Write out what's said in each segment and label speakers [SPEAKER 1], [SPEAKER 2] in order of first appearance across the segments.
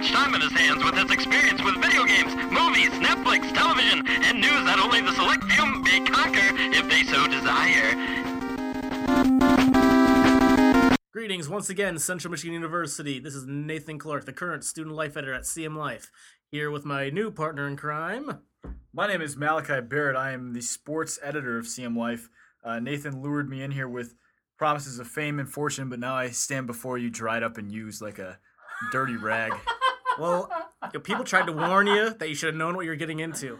[SPEAKER 1] time on his hands with his experience with video games, movies, Netflix, television, and news that only the select few may conquer if they so desire.
[SPEAKER 2] Greetings once again, Central Michigan University. This is Nathan Clark, the current student life editor at CM Life, here with my new partner in crime.
[SPEAKER 3] My name is Malachi Barrett. I am the sports editor of CM Life. Uh, Nathan lured me in here with promises of fame and fortune, but now I stand before you dried up and used like a dirty rag.
[SPEAKER 2] Well, you know, people tried to warn you that you should have known what you're getting into.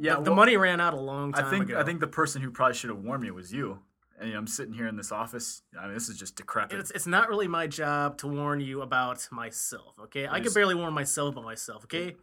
[SPEAKER 3] Yeah,
[SPEAKER 2] the
[SPEAKER 3] well,
[SPEAKER 2] money ran out a long time
[SPEAKER 3] I think
[SPEAKER 2] ago.
[SPEAKER 3] I think the person who probably should have warned me was you. And you know, I'm sitting here in this office. I mean, this is just decrepit.
[SPEAKER 2] it's it's not really my job to warn you about myself. Okay, I can
[SPEAKER 3] Yes.
[SPEAKER 2] barely warn myself about myself. Okay,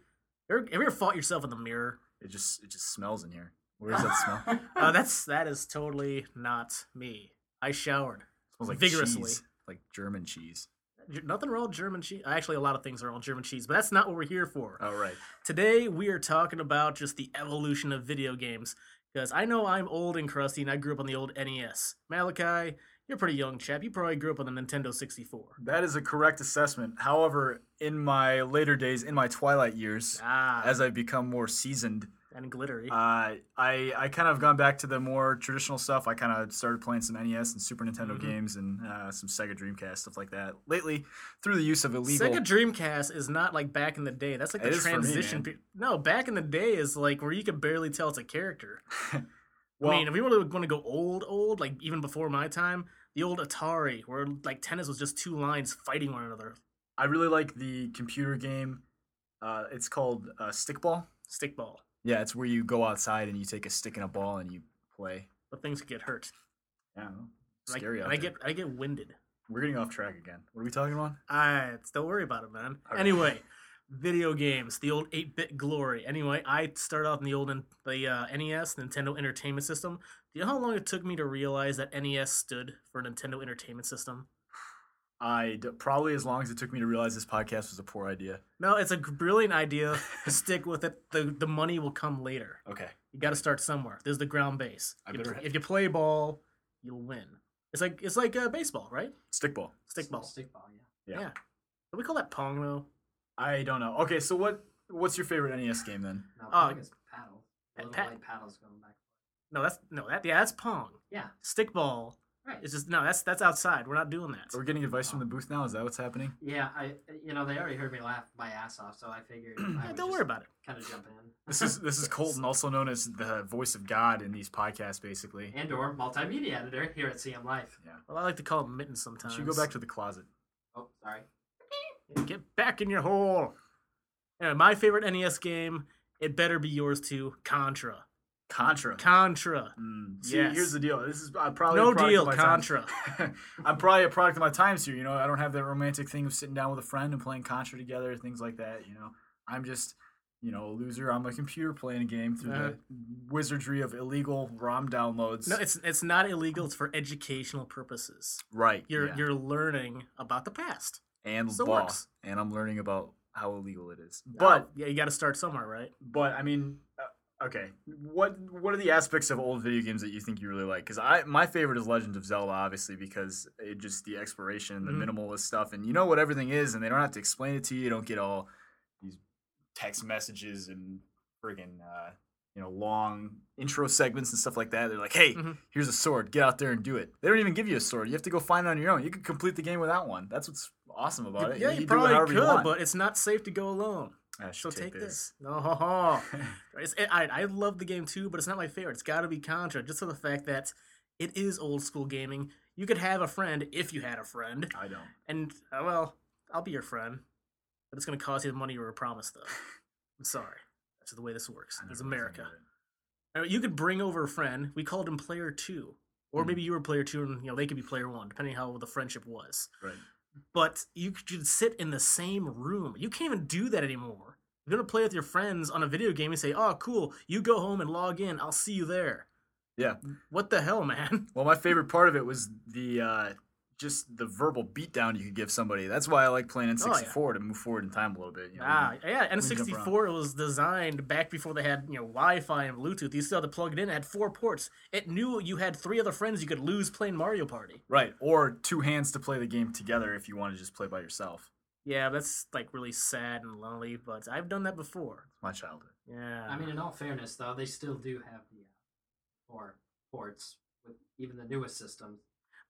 [SPEAKER 2] Ever- have you ever fought yourself in the mirror?
[SPEAKER 3] it just it just smells in here. Where does that smell? It
[SPEAKER 2] Uh, that's that is totally not me. I showered.
[SPEAKER 3] smells like
[SPEAKER 2] Vigorously.
[SPEAKER 3] cheese, like German cheese.
[SPEAKER 2] G- Nothing wrong with German cheese. Actually, a lot of things are wrong with German cheese, but that's not what we're here for.
[SPEAKER 3] Oh right.
[SPEAKER 2] Today we are talking about just the evolution of video games because I know I'm old and crusty and I grew up on the old NES. Malachi, you're a pretty young chap. You probably grew up on the Nintendo 64.
[SPEAKER 3] That is a correct assessment. However, in my later days, in my twilight years,
[SPEAKER 2] Ah,
[SPEAKER 3] as I've become more seasoned,
[SPEAKER 2] and glittery.
[SPEAKER 3] Uh, I I kind of gone back to the more traditional stuff. I kind of started playing some NES and Super Nintendo
[SPEAKER 2] Mhm.
[SPEAKER 3] games and uh, some Sega Dreamcast stuff like that lately through the use of illegal.
[SPEAKER 2] Sega Dreamcast is not like back in the day. That's like
[SPEAKER 3] It
[SPEAKER 2] the
[SPEAKER 3] is for me,
[SPEAKER 2] transition.
[SPEAKER 3] man.
[SPEAKER 2] pe- no, back in the day is like where you could barely tell it's a character.
[SPEAKER 3] well,
[SPEAKER 2] I mean, if we really want to go old, old, like even before my time, the old Atari, where like tennis was just two lines fighting one another,
[SPEAKER 3] I really like the computer game. Uh, it's called uh, Stickball.
[SPEAKER 2] stickball,
[SPEAKER 3] Yeah, it's where you go outside and you take a stick and a ball and you play.
[SPEAKER 2] but things could get hurt.
[SPEAKER 3] Yeah, I don't know.
[SPEAKER 2] And I-
[SPEAKER 3] scary. out
[SPEAKER 2] and I
[SPEAKER 3] there.
[SPEAKER 2] get, I get winded.
[SPEAKER 3] We're getting off track again. What are we talking about?
[SPEAKER 2] I don't worry about it, man.
[SPEAKER 3] All right.
[SPEAKER 2] Anyway, video games, the old 8-bit glory. Anyway, I started out in the old in- the uh, NES, Nintendo Entertainment System. Do you know how long it took me to realize that NES stood for Nintendo Entertainment System?
[SPEAKER 3] I d- probably as long as it took me to realize this podcast was a poor idea.
[SPEAKER 2] No, it's a g- brilliant idea. Stick with it. The the money will come later.
[SPEAKER 3] Okay.
[SPEAKER 2] You got to start somewhere. There's the ground base.
[SPEAKER 3] I
[SPEAKER 2] You
[SPEAKER 3] better-
[SPEAKER 2] pl- if you play ball, you'll win. It's like it's like uh, baseball, right?
[SPEAKER 3] Stickball.
[SPEAKER 2] Stickball.
[SPEAKER 4] Stickball, yeah.
[SPEAKER 3] Yeah.
[SPEAKER 2] Do we call that pong though?
[SPEAKER 3] I don't know. Okay, so what what's your favorite NES game then?
[SPEAKER 4] No,
[SPEAKER 2] Oh,
[SPEAKER 4] I think it's
[SPEAKER 2] pa-
[SPEAKER 4] paddle. The little
[SPEAKER 2] pa-
[SPEAKER 4] white paddles going back.
[SPEAKER 2] No, that's no that yeah that's pong.
[SPEAKER 4] Yeah,
[SPEAKER 2] Stickball
[SPEAKER 4] right.
[SPEAKER 2] It's just no. That's that's outside. We're not doing that.
[SPEAKER 3] Are we getting advice from the booth now? Is that what's happening?
[SPEAKER 4] yeah, I you know they already heard me laugh my ass off, so I figured I
[SPEAKER 2] Yeah, don't worry about it.
[SPEAKER 4] kind of jump in.
[SPEAKER 3] This is this is Colton, also known as the voice of God in these podcasts, basically.
[SPEAKER 4] and or multimedia editor here at CM Life.
[SPEAKER 2] Well, I like to call it mittens sometimes.
[SPEAKER 3] Should go back to the closet.
[SPEAKER 4] Oh, sorry.
[SPEAKER 2] get back in your hole. Anyway, my favorite NES game. It better be yours too. Contra.
[SPEAKER 3] Contra.
[SPEAKER 2] Contra.
[SPEAKER 3] Mm, See,
[SPEAKER 2] Yes.
[SPEAKER 3] here's the deal. This is I'm probably a
[SPEAKER 2] No
[SPEAKER 3] product of
[SPEAKER 2] deal.
[SPEAKER 3] my
[SPEAKER 2] Contra.
[SPEAKER 3] time- I'm probably a product of my times here. You know, I don't have that romantic thing of sitting down with a friend and playing Contra together, things like that. You know, I'm just you know a loser on my computer playing a game through
[SPEAKER 2] Uh-huh.
[SPEAKER 3] the wizardry of illegal ROM downloads.
[SPEAKER 2] No, it's it's not illegal. It's for educational purposes.
[SPEAKER 3] right.
[SPEAKER 2] You're
[SPEAKER 3] yeah.
[SPEAKER 2] you're learning about the past.
[SPEAKER 3] and
[SPEAKER 2] So it
[SPEAKER 3] law,
[SPEAKER 2] works.
[SPEAKER 3] and I'm learning about how illegal it is. But
[SPEAKER 2] Oh, yeah, you got to start somewhere, right?
[SPEAKER 3] but I mean, uh, okay, what what are the aspects of old video games that you think you really like? Because I my favorite is Legend of Zelda, obviously, because it just the exploration, the
[SPEAKER 2] Mhm.
[SPEAKER 3] minimalist stuff, and you know what everything is, and they don't have to explain it to you. You don't get all these text messages and friggin' uh, you know long intro segments and stuff like that. They're like, hey.
[SPEAKER 2] Mhm.
[SPEAKER 3] Here's a sword. Get out there and do it. They don't even give you a sword. You have to go find it on your own. You could complete the game without one. That's what's awesome about it.
[SPEAKER 2] yeah,
[SPEAKER 3] do
[SPEAKER 2] you
[SPEAKER 3] it
[SPEAKER 2] probably
[SPEAKER 3] however
[SPEAKER 2] could,
[SPEAKER 3] want.
[SPEAKER 2] but it's not safe to go alone.
[SPEAKER 3] I
[SPEAKER 2] So
[SPEAKER 3] should
[SPEAKER 2] take, this. No, ho, ho. It's, it, I, I love the game too, but it's not my favorite. It's got to be Contra, just for the fact that it is old school gaming. You could have a friend if you had a friend,
[SPEAKER 3] I don't.
[SPEAKER 2] and uh, well, I'll be your friend, but it's gonna cost you the money you were promised, though. I'm sorry. That's the way this works.
[SPEAKER 3] I
[SPEAKER 2] It's
[SPEAKER 3] never was
[SPEAKER 2] America.
[SPEAKER 3] into it.
[SPEAKER 2] All right, You could bring over a friend. We called him Player Two, or
[SPEAKER 3] Mhm.
[SPEAKER 2] maybe you were Player Two, and you know they could be Player One, depending how the friendship was.
[SPEAKER 3] Right.
[SPEAKER 2] But you could sit in the same room. You can't even do that anymore. You're gonna play with your friends on a video game and say, "Oh, cool! You go home and log in. I'll see you there."
[SPEAKER 3] Yeah.
[SPEAKER 2] What the hell, man?
[SPEAKER 3] Well, my favorite part of it was the uh, just the verbal beatdown you could give somebody. That's why I like playing
[SPEAKER 2] Oh, yeah.
[SPEAKER 3] N64 to move forward in time a little bit. You know?
[SPEAKER 2] Ah, yeah.
[SPEAKER 3] around.
[SPEAKER 2] N64 was designed back before they had you know Wi-Fi and Bluetooth. You still had to plug it in. It had four ports. It knew you had three other friends you could lose playing Mario Party.
[SPEAKER 3] Right. Or two hands to play the game together if you want to just play by yourself.
[SPEAKER 2] Yeah, that's like really sad and lonely, but I've done that before.
[SPEAKER 3] My childhood.
[SPEAKER 2] Yeah.
[SPEAKER 4] I mean, in all fairness, though, they still do have the uh, four ports with even the newest systems.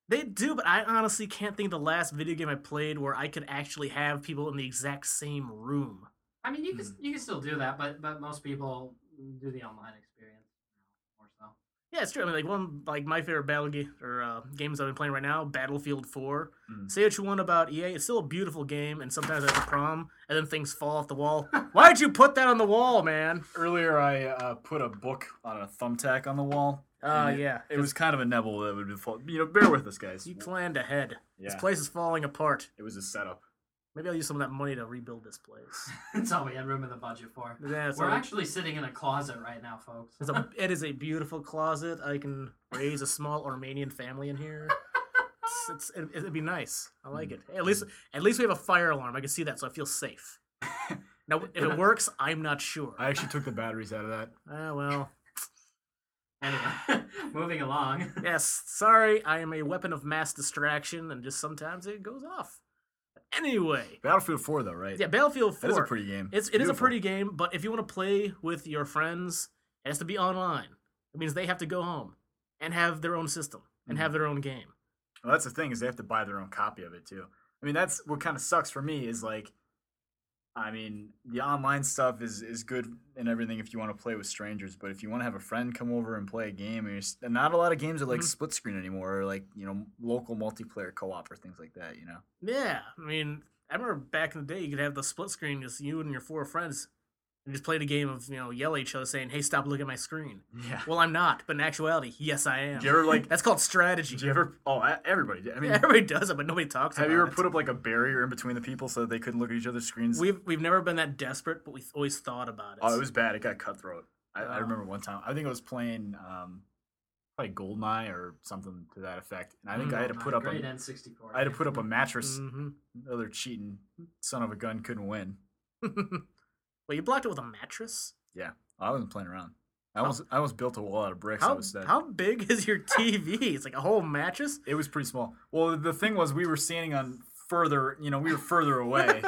[SPEAKER 2] They do, but I honestly can't think of the last video game I played where I could actually have people in the exact same room.
[SPEAKER 4] I mean, you
[SPEAKER 2] Hmm.
[SPEAKER 4] can you can still do that, but but most people do the online experience now, more so.
[SPEAKER 2] Yeah, it's true. I mean, like one like my favorite battle game or uh, games I've been playing right now, Battlefield Four.
[SPEAKER 3] Mm.
[SPEAKER 2] Say what you want about EA, it's still a beautiful game, and sometimes that's a problem, and then things fall off the wall. Why'd you put that on the wall, man?
[SPEAKER 3] Earlier, I uh, put a book on a thumbtack on the wall.
[SPEAKER 2] Uh,
[SPEAKER 3] and it-
[SPEAKER 2] yeah,
[SPEAKER 3] It was kind of a nebula that would be fall. You know, bear with us, guys.
[SPEAKER 2] you planned ahead.
[SPEAKER 3] Yeah,
[SPEAKER 2] This place is falling apart.
[SPEAKER 3] it was a setup.
[SPEAKER 2] Maybe I'll use some of that money to rebuild this place.
[SPEAKER 4] That's all we had room in the budget for.
[SPEAKER 2] Yeah, it's
[SPEAKER 4] We're
[SPEAKER 2] like-
[SPEAKER 4] actually sitting in a closet right now, folks.
[SPEAKER 2] It's a, it is a beautiful closet. I can raise a small Armenian family in here. It's, it's, it, it'd be nice. I like it. Hey, at least at least we have a fire alarm. I can see that, so I feel safe. Now, if it works, I'm not sure.
[SPEAKER 3] I actually took the batteries out of that.
[SPEAKER 2] Ah, well,
[SPEAKER 4] Anyway, moving along.
[SPEAKER 2] yes. Sorry, I am a weapon of mass distraction, and just sometimes it goes off. Anyway,
[SPEAKER 3] Battlefield 4, though, right?
[SPEAKER 2] yeah, Battlefield Four.
[SPEAKER 3] That is a pretty game.
[SPEAKER 2] It's it is a
[SPEAKER 3] Beautiful.
[SPEAKER 2] pretty game, but if you want to play with your friends, it has to be online. It means they have to go home and have their own system and
[SPEAKER 3] Mm-hmm.
[SPEAKER 2] have their own game.
[SPEAKER 3] Well, that's the thing is they have to buy their own copy of it too. I mean, that's what kind of sucks for me is like, I mean, the online stuff is is good and everything if you want to play with strangers, but if you want to have a friend come over and play a game, and you're s- and not a lot of games are like
[SPEAKER 2] Mhm.
[SPEAKER 3] split screen anymore, or like you know local multiplayer co op or things like that. You know,
[SPEAKER 2] Yeah, I mean, I remember back in the day, you could have the split screen, just you and your four friends, and just played a game of you know yell at each other, saying, "Hey, stop looking at my screen."
[SPEAKER 3] yeah.
[SPEAKER 2] Well, I'm not, but in actuality, yes, I am.
[SPEAKER 3] Do you ever like?
[SPEAKER 2] That's called strategy.
[SPEAKER 3] do you ever? Oh, I- everybody. did. I mean,
[SPEAKER 2] Yeah, Everybody does it, but nobody talks.
[SPEAKER 3] have
[SPEAKER 2] about
[SPEAKER 3] you ever
[SPEAKER 2] it.
[SPEAKER 3] put up like a barrier in between the people so that they couldn't look at each other's screens?
[SPEAKER 2] We've we've never been that desperate, but we've always thought about it.
[SPEAKER 3] Oh, it was bad. It got cutthroat. I, I
[SPEAKER 2] Oh.
[SPEAKER 3] remember one time. I think I was playing um, probably Goldeneye or something to that effect, and I think
[SPEAKER 2] Mm,
[SPEAKER 3] I had to
[SPEAKER 4] My
[SPEAKER 3] put up
[SPEAKER 4] great
[SPEAKER 3] a,
[SPEAKER 4] N64.
[SPEAKER 3] I had to put up a mattress.
[SPEAKER 2] Mhm.
[SPEAKER 3] Other cheating son of a gun couldn't win.
[SPEAKER 2] well, you blocked it with a mattress.
[SPEAKER 3] I wasn't playing around. I almost I almost built a wall out of bricks. I
[SPEAKER 2] How
[SPEAKER 3] was that.
[SPEAKER 2] how big is your TV? It's like a whole mattress.
[SPEAKER 3] It was pretty small. Well, the thing was we were standing on further. You know, we were further away.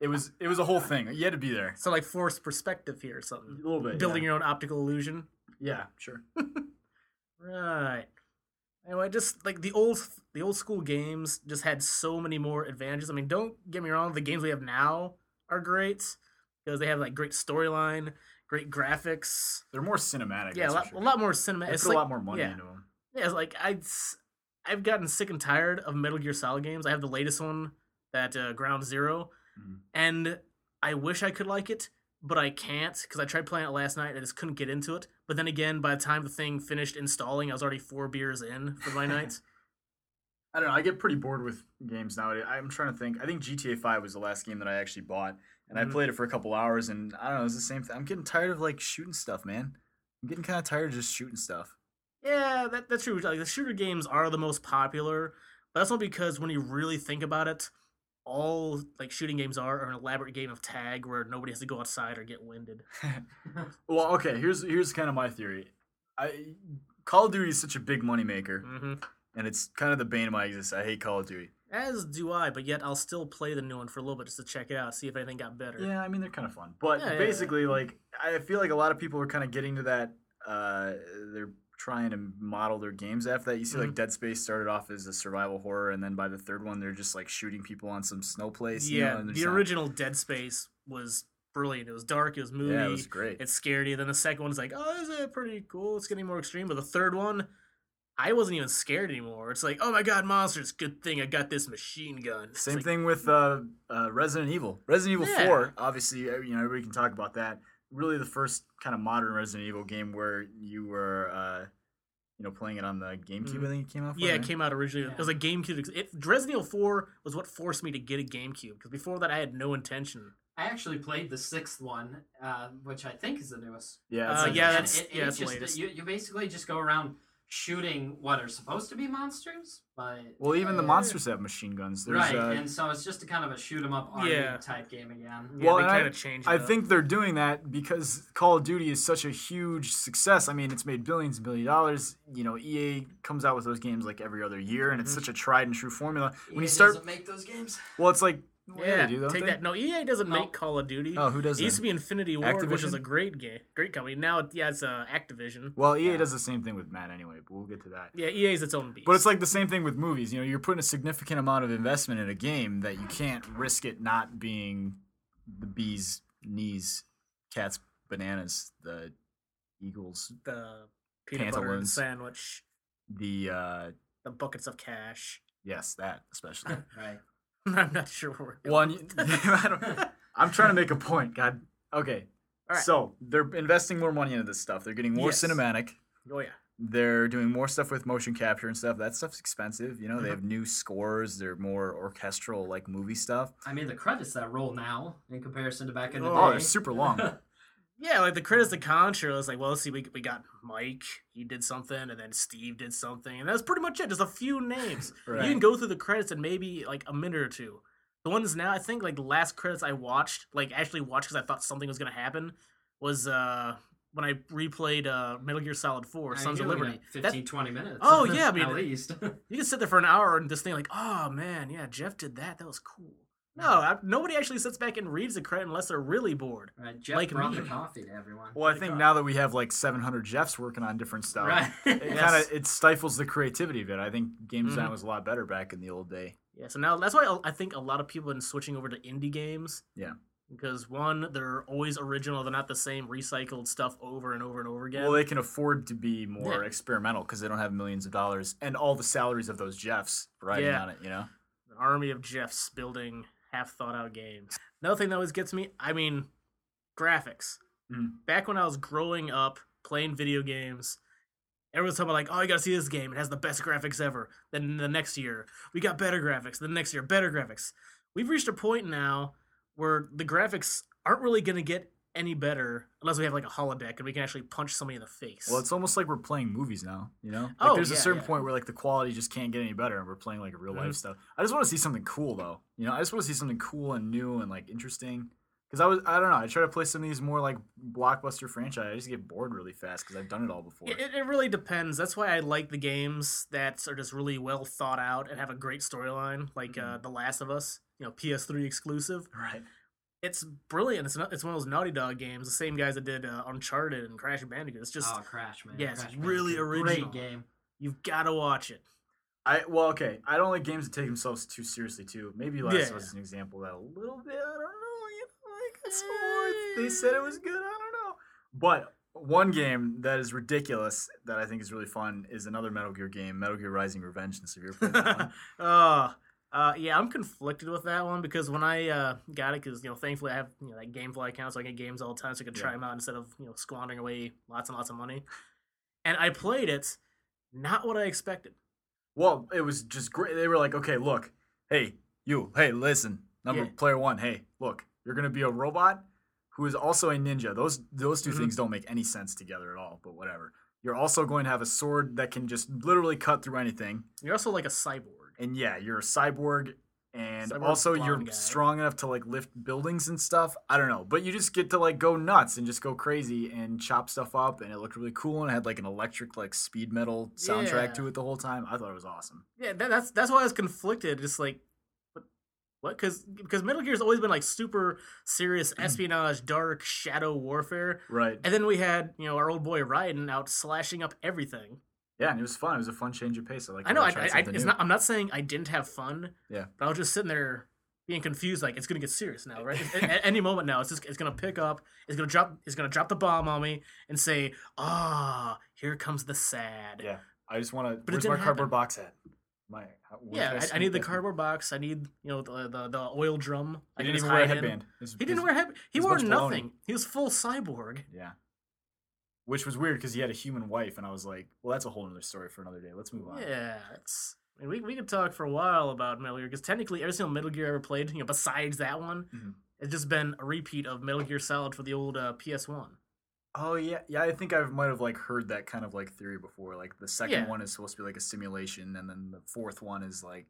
[SPEAKER 3] it was it was a whole thing. You had to be there.
[SPEAKER 2] So like forced perspective here or
[SPEAKER 3] A
[SPEAKER 2] something.
[SPEAKER 3] little bit.
[SPEAKER 2] Building
[SPEAKER 3] yeah.
[SPEAKER 2] your own optical illusion.
[SPEAKER 3] yeah, sure.
[SPEAKER 2] Right. Anyway, just like the old the old school games just had so many more advantages. I mean, don't get me wrong, the games we have now are great because they have like great storyline, great graphics.
[SPEAKER 3] They're more cinematic.
[SPEAKER 2] yeah, a
[SPEAKER 3] that's
[SPEAKER 2] lot,
[SPEAKER 3] for sure.
[SPEAKER 2] a lot more cinema.
[SPEAKER 3] They
[SPEAKER 2] It's
[SPEAKER 3] put
[SPEAKER 2] like,
[SPEAKER 3] a lot more money
[SPEAKER 2] yeah.
[SPEAKER 3] into them.
[SPEAKER 2] Yeah, it's like I I've gotten sick and tired of Metal Gear Solid games. I have the latest one that uh, Ground 0
[SPEAKER 3] Mhm.
[SPEAKER 2] and I wish I could like it, but I can't because I tried playing it last night and I just couldn't get into it. But then again, by the time the thing finished installing, I was already four beers in for my night.
[SPEAKER 3] I don't know. I get pretty bored with games nowadays. I'm trying to think. I think GTA 5 was the last game that I actually bought, and
[SPEAKER 2] Mhm.
[SPEAKER 3] I played it for a couple hours, and I don't know. It's the same thing. I'm getting tired of like shooting stuff, man. I'm getting kind of tired of just shooting stuff.
[SPEAKER 2] Yeah, that, that's true. Like the shooter games are the most popular, but that's not because when you really think about it, all like shooting games are, are an elaborate game of tag where nobody has to go outside or get winded.
[SPEAKER 3] Well, okay. Here's here's kind of my theory. I Call of Duty is such a big moneymaker,
[SPEAKER 2] hmm
[SPEAKER 3] and it's kind of the bane of my existence. I hate Call of Duty.
[SPEAKER 2] As do I, but yet I'll still play the new one for a little bit just to check it out, see if anything got better.
[SPEAKER 3] Yeah, I mean they're kind of fun, but
[SPEAKER 2] Yeah, yeah,
[SPEAKER 3] basically, like I feel like a lot of people are kind of getting to that. Uh, they're trying to model their games after that. You see,
[SPEAKER 2] Mm-hmm.
[SPEAKER 3] like Dead Space started off as a survival horror, and then by the third one, they're just like shooting people on some snow place. you know,
[SPEAKER 2] Yeah,
[SPEAKER 3] and they're
[SPEAKER 2] the
[SPEAKER 3] just not-
[SPEAKER 2] original Dead Space was brilliant. It was dark, it was moody,
[SPEAKER 3] Yeah, it was great.
[SPEAKER 2] it scared you. Then the second one's like, oh, this is pretty cool. It's getting more extreme. But the third one, I wasn't even scared anymore. It's like, oh my god, monsters! Good thing I got this machine gun. It's
[SPEAKER 3] Same
[SPEAKER 2] like,
[SPEAKER 3] thing with uh, uh, Resident Evil. Resident Evil
[SPEAKER 2] Yeah.
[SPEAKER 3] Four, obviously, uh, you know everybody can talk about that. Really, the first kind of modern Resident Evil game where you were, uh, you know, playing it on the GameCube.
[SPEAKER 2] Mhm.
[SPEAKER 3] I think it came out. for,
[SPEAKER 2] Yeah, it
[SPEAKER 3] right?
[SPEAKER 2] came out originally. It was a
[SPEAKER 4] Yeah.
[SPEAKER 2] GameCube. ex- It, Resident Evil 4 was what forced me to get a GameCube because before that I had no intention.
[SPEAKER 4] I actually played the sixth one, uh, which I think is the newest.
[SPEAKER 3] Yeah,
[SPEAKER 2] Uh,
[SPEAKER 3] that's-
[SPEAKER 2] yeah,
[SPEAKER 4] And
[SPEAKER 2] that's- yeah, that's
[SPEAKER 4] it's just,
[SPEAKER 2] latest.
[SPEAKER 4] You, you basically just go around shooting what are supposed to be monsters, but
[SPEAKER 3] Well, even the
[SPEAKER 2] Yeah.
[SPEAKER 3] monsters have machine guns. There's,
[SPEAKER 4] right,
[SPEAKER 3] uh,
[SPEAKER 4] and so it's just a kind of a shoot 'em up army
[SPEAKER 2] Yeah.
[SPEAKER 4] type game again.
[SPEAKER 2] Yeah,
[SPEAKER 3] Well,
[SPEAKER 2] they
[SPEAKER 3] and I-
[SPEAKER 2] kind of changed. it
[SPEAKER 3] I
[SPEAKER 2] up.
[SPEAKER 3] think they're doing that because Call of Duty is such a huge success. I mean, it's made billions and billions of dollars. You know, EA comes out with those games like every other year, and it's
[SPEAKER 2] Mhm. E
[SPEAKER 3] such a tried and true formula. When
[SPEAKER 4] EA
[SPEAKER 3] you start,
[SPEAKER 4] doesn't make those games,
[SPEAKER 3] well, it's like Yeah,
[SPEAKER 2] yeah,
[SPEAKER 3] they do, don't
[SPEAKER 2] take
[SPEAKER 3] they?
[SPEAKER 2] that. No, EA doesn't
[SPEAKER 4] No.
[SPEAKER 2] make Call of Duty.
[SPEAKER 3] Oh, who does
[SPEAKER 2] it used to
[SPEAKER 3] that?
[SPEAKER 2] be Infinity Ward, which is
[SPEAKER 3] Activision?
[SPEAKER 2] a great game, great company. Now, it- yeah, it's uh, Activision.
[SPEAKER 3] Well, EA does the same thing with Matt anyway, but we'll get to that.
[SPEAKER 2] Yeah, EA is its own beast.
[SPEAKER 3] But it's like the same thing with movies. You know, you're putting a significant amount of investment in a game that you can't risk it not being the bees' knees, cat's bananas, the eagles,
[SPEAKER 2] the peanut butter and
[SPEAKER 3] Pantaloons.
[SPEAKER 2] sandwich,
[SPEAKER 3] the uh
[SPEAKER 2] the buckets of cash.
[SPEAKER 3] yes, that especially.
[SPEAKER 4] Right.
[SPEAKER 2] I'm not sure where we're going.
[SPEAKER 3] One, I don't, I'm trying to make a point. God, okay.
[SPEAKER 2] All right.
[SPEAKER 3] So they're investing more money into this stuff. They're getting more
[SPEAKER 2] Yes.
[SPEAKER 3] cinematic.
[SPEAKER 2] Oh yeah,
[SPEAKER 3] they're doing more stuff with motion capture and stuff. That stuff's expensive. You know, they have new scores. They're more orchestral, like movie stuff.
[SPEAKER 4] I mean, the credits that roll now in comparison to back in the
[SPEAKER 2] Oh,
[SPEAKER 4] day.
[SPEAKER 3] Oh, they're super long.
[SPEAKER 2] yeah. Like the credits of Contra was like, well, let's see, we we got Mike, he did something, and then Steve did something, and that's pretty much it. Just a few names.
[SPEAKER 3] Right.
[SPEAKER 2] You can go through the credits in maybe like a minute or two. The ones now, I think, like the last credits I watched, like actually watched because I thought something was gonna happen, was uh when I replayed uh Metal Gear Solid Four:
[SPEAKER 4] I mean,
[SPEAKER 2] Sons of
[SPEAKER 4] you're looking
[SPEAKER 2] Liberty.
[SPEAKER 4] at
[SPEAKER 2] That-
[SPEAKER 4] 15, 20 minutes.
[SPEAKER 2] Oh, yeah, I mean-
[SPEAKER 4] at least.
[SPEAKER 2] you can sit there for an hour and just think like, oh man, yeah, Jeff did that. That was cool. No, I, nobody actually sits back and reads the credit unless they're really bored.
[SPEAKER 4] Right, Jeff
[SPEAKER 2] Like
[SPEAKER 4] brought the
[SPEAKER 2] me.
[SPEAKER 4] coffee to everyone.
[SPEAKER 3] Well, I think now that we have like 700 Jeffs working on different stuff,
[SPEAKER 4] right.
[SPEAKER 3] it kind of it stifles the creativity of it. I think game design
[SPEAKER 2] Mm-hmm.
[SPEAKER 3] was a lot better back in the old day.
[SPEAKER 2] Yeah, so now that's why I- I think a lot of people have been switching over to indie games.
[SPEAKER 3] Yeah.
[SPEAKER 2] Because one, they're always original. They're not the same recycled stuff over and over and over again.
[SPEAKER 3] Well, they can afford to be more
[SPEAKER 2] Yeah.
[SPEAKER 3] experimental because they don't have millions of dollars and all the salaries of those Jeffs riding
[SPEAKER 2] Yeah.
[SPEAKER 3] on it. You know,
[SPEAKER 2] An army of Jeffs building half thought out games. Another thing that always gets me, I mean, graphics.
[SPEAKER 3] Mm.
[SPEAKER 2] Back when I was growing up playing video games, everyone's talking about like, oh, you gotta see this game. It has the best graphics ever. Then the next year, we got better graphics. The next year, better graphics. We've reached a point now where the graphics aren't really gonna get any better unless we have like a holodeck and we can actually punch somebody in the face.
[SPEAKER 3] well, it's almost like we're playing movies now. You know, like
[SPEAKER 2] Oh,
[SPEAKER 3] there's a
[SPEAKER 2] yeah,
[SPEAKER 3] certain
[SPEAKER 2] yeah.
[SPEAKER 3] point where like the quality just can't get any better, and we're playing like real life
[SPEAKER 2] Mhm.
[SPEAKER 3] stuff. I just want to see something cool though. You know, I just want to see something cool and new and like interesting. Because I was, I don't know, I try to play some of these more like blockbuster franchise. I just get bored really fast because I've done it all before.
[SPEAKER 2] It, it- it really depends. That's why I like the games that are just really well thought out and have a great storyline, like uh, The Last of Us, you know, PS3 exclusive.
[SPEAKER 3] right.
[SPEAKER 2] It's brilliant. It's not, it's one of those Naughty Dog games, the same guys that did uh, Uncharted and Crash Bandicoot. It's just
[SPEAKER 4] oh, Crash, man.
[SPEAKER 2] yeah, it's
[SPEAKER 4] Crash
[SPEAKER 2] really
[SPEAKER 4] Bandicoot.
[SPEAKER 2] original.
[SPEAKER 4] Great game.
[SPEAKER 2] you've got to watch it.
[SPEAKER 3] I well, okay. I don't like games that take themselves too seriously too. Maybe Last
[SPEAKER 2] Yeah.
[SPEAKER 3] of Us is an example of that a little bit. I don't know. You know, like it's more- They said it was good. I don't know. But one game that is ridiculous that I think is really fun is another Metal Gear game, Metal Gear Rising: Revengeance. Have you ever played that one?
[SPEAKER 2] uh, uh, yeah, I'm conflicted with that one because when I uh, got it, because you know, thankfully I have you know that GameFly account, so I get games all the time, so I can try
[SPEAKER 3] Yeah.
[SPEAKER 2] them out instead of you know squandering away lots and lots of money. And I played it, not what I expected.
[SPEAKER 3] Well, it was just great. They were like, okay, look, hey, you, hey, listen, number
[SPEAKER 2] Yeah.
[SPEAKER 3] player one, hey, look, you're gonna be a robot who is also a ninja. Those those 2
[SPEAKER 2] Mhm.
[SPEAKER 3] things don't make any sense together at all. But whatever. You're also going to have a sword that can just literally cut through anything.
[SPEAKER 2] You're also like a cyborg.
[SPEAKER 3] And yeah, you're a cyborg, and
[SPEAKER 2] Cyborg
[SPEAKER 3] also you're
[SPEAKER 2] blonde guy.
[SPEAKER 3] strong enough to like lift buildings and stuff. I don't know, but you just get to like go nuts and just go crazy and chop stuff up, and it looked really cool. And it had like an electric like speed metal soundtrack
[SPEAKER 2] Yeah.
[SPEAKER 3] to it the whole time. I thought it was awesome.
[SPEAKER 2] Yeah, that, that's that's why I was conflicted. Just like, what- what? Because because Metal Gear's always been like super serious
[SPEAKER 3] Mm.
[SPEAKER 2] espionage, dark shadow warfare,
[SPEAKER 3] Right.
[SPEAKER 2] and then we had you know our old boy Raiden out slashing up everything.
[SPEAKER 3] Yeah, and it was fun. It was a fun change of pace. I like.
[SPEAKER 2] I know. I,
[SPEAKER 3] tried
[SPEAKER 2] I, I,
[SPEAKER 3] something
[SPEAKER 2] it's
[SPEAKER 3] new.
[SPEAKER 2] not. I'm not saying I didn't have fun.
[SPEAKER 3] Yeah.
[SPEAKER 2] But I was just sitting there being confused. Like it's gonna get serious now, right? at, at any moment now, it's just it's gonna pick up. It's gonna drop. It's gonna drop the bomb on me and say, "Ah, here comes the sad."
[SPEAKER 3] Yeah, I just want to.
[SPEAKER 2] it
[SPEAKER 3] Where's my
[SPEAKER 2] didn't
[SPEAKER 3] cardboard
[SPEAKER 2] happen.
[SPEAKER 3] box at? My. How, where
[SPEAKER 2] Yeah,
[SPEAKER 3] can
[SPEAKER 2] I, I
[SPEAKER 3] sneak
[SPEAKER 2] need the
[SPEAKER 3] that?
[SPEAKER 2] cardboard box. I need you know the the, the oil drum. I can
[SPEAKER 3] He didn't
[SPEAKER 2] just
[SPEAKER 3] even wear a
[SPEAKER 2] hide in.
[SPEAKER 3] headband. It's-
[SPEAKER 2] He didn't
[SPEAKER 3] it's-
[SPEAKER 2] wear a head. He
[SPEAKER 3] it's a
[SPEAKER 2] wore
[SPEAKER 3] bunch of baloney.
[SPEAKER 2] nothing. He was full cyborg.
[SPEAKER 3] Yeah. Which was weird because he had a human wife, and I was like, "Well, that's a whole other story for another day. Let's move on."
[SPEAKER 2] Yeah, it's. I mean, we we could talk for a while about Metal Gear because technically every single Metal Gear I ever played, you know, besides that one,
[SPEAKER 3] Mhm.
[SPEAKER 2] it's just been a repeat of Metal Gear Solid for the old uh, PS One.
[SPEAKER 3] Oh yeah, yeah. I think I might have like heard that kind of like theory before. Like the second
[SPEAKER 2] Yeah.
[SPEAKER 3] one is supposed to be like a simulation, and then the fourth one is like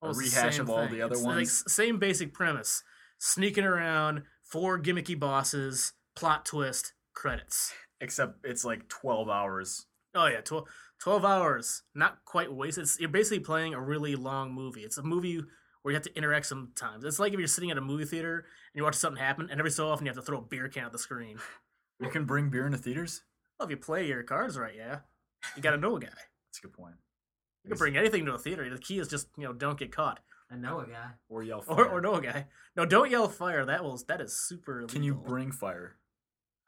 [SPEAKER 3] a
[SPEAKER 2] Almost the
[SPEAKER 3] rehash
[SPEAKER 2] same
[SPEAKER 3] of all the
[SPEAKER 2] thing.
[SPEAKER 3] other
[SPEAKER 2] It's Like,
[SPEAKER 3] ones.
[SPEAKER 2] s- same basic premise: sneaking around, four gimmicky bosses, plot twist, credits.
[SPEAKER 3] except it's like twelve hours.
[SPEAKER 2] Oh yeah, 12, 12 hours. Not quite wasted. It's, you're basically playing a really long movie. It's a movie where where you have to interact sometimes. It's like if you're sitting at a movie theater and you watch something happen, and every so often you have to throw a beer can at the screen.
[SPEAKER 3] You can bring beer into theaters.
[SPEAKER 2] Well, if you play your cards right, yeah, you got to know a guy.
[SPEAKER 3] That's a good point.
[SPEAKER 2] You can bring anything to a theater. The key is just you know don't get caught
[SPEAKER 4] I know a guy.
[SPEAKER 3] or yell fire.
[SPEAKER 2] or, or know a guy. No, don't yell fire. That will that is super.
[SPEAKER 3] Can you
[SPEAKER 2] illegal.
[SPEAKER 3] bring fire?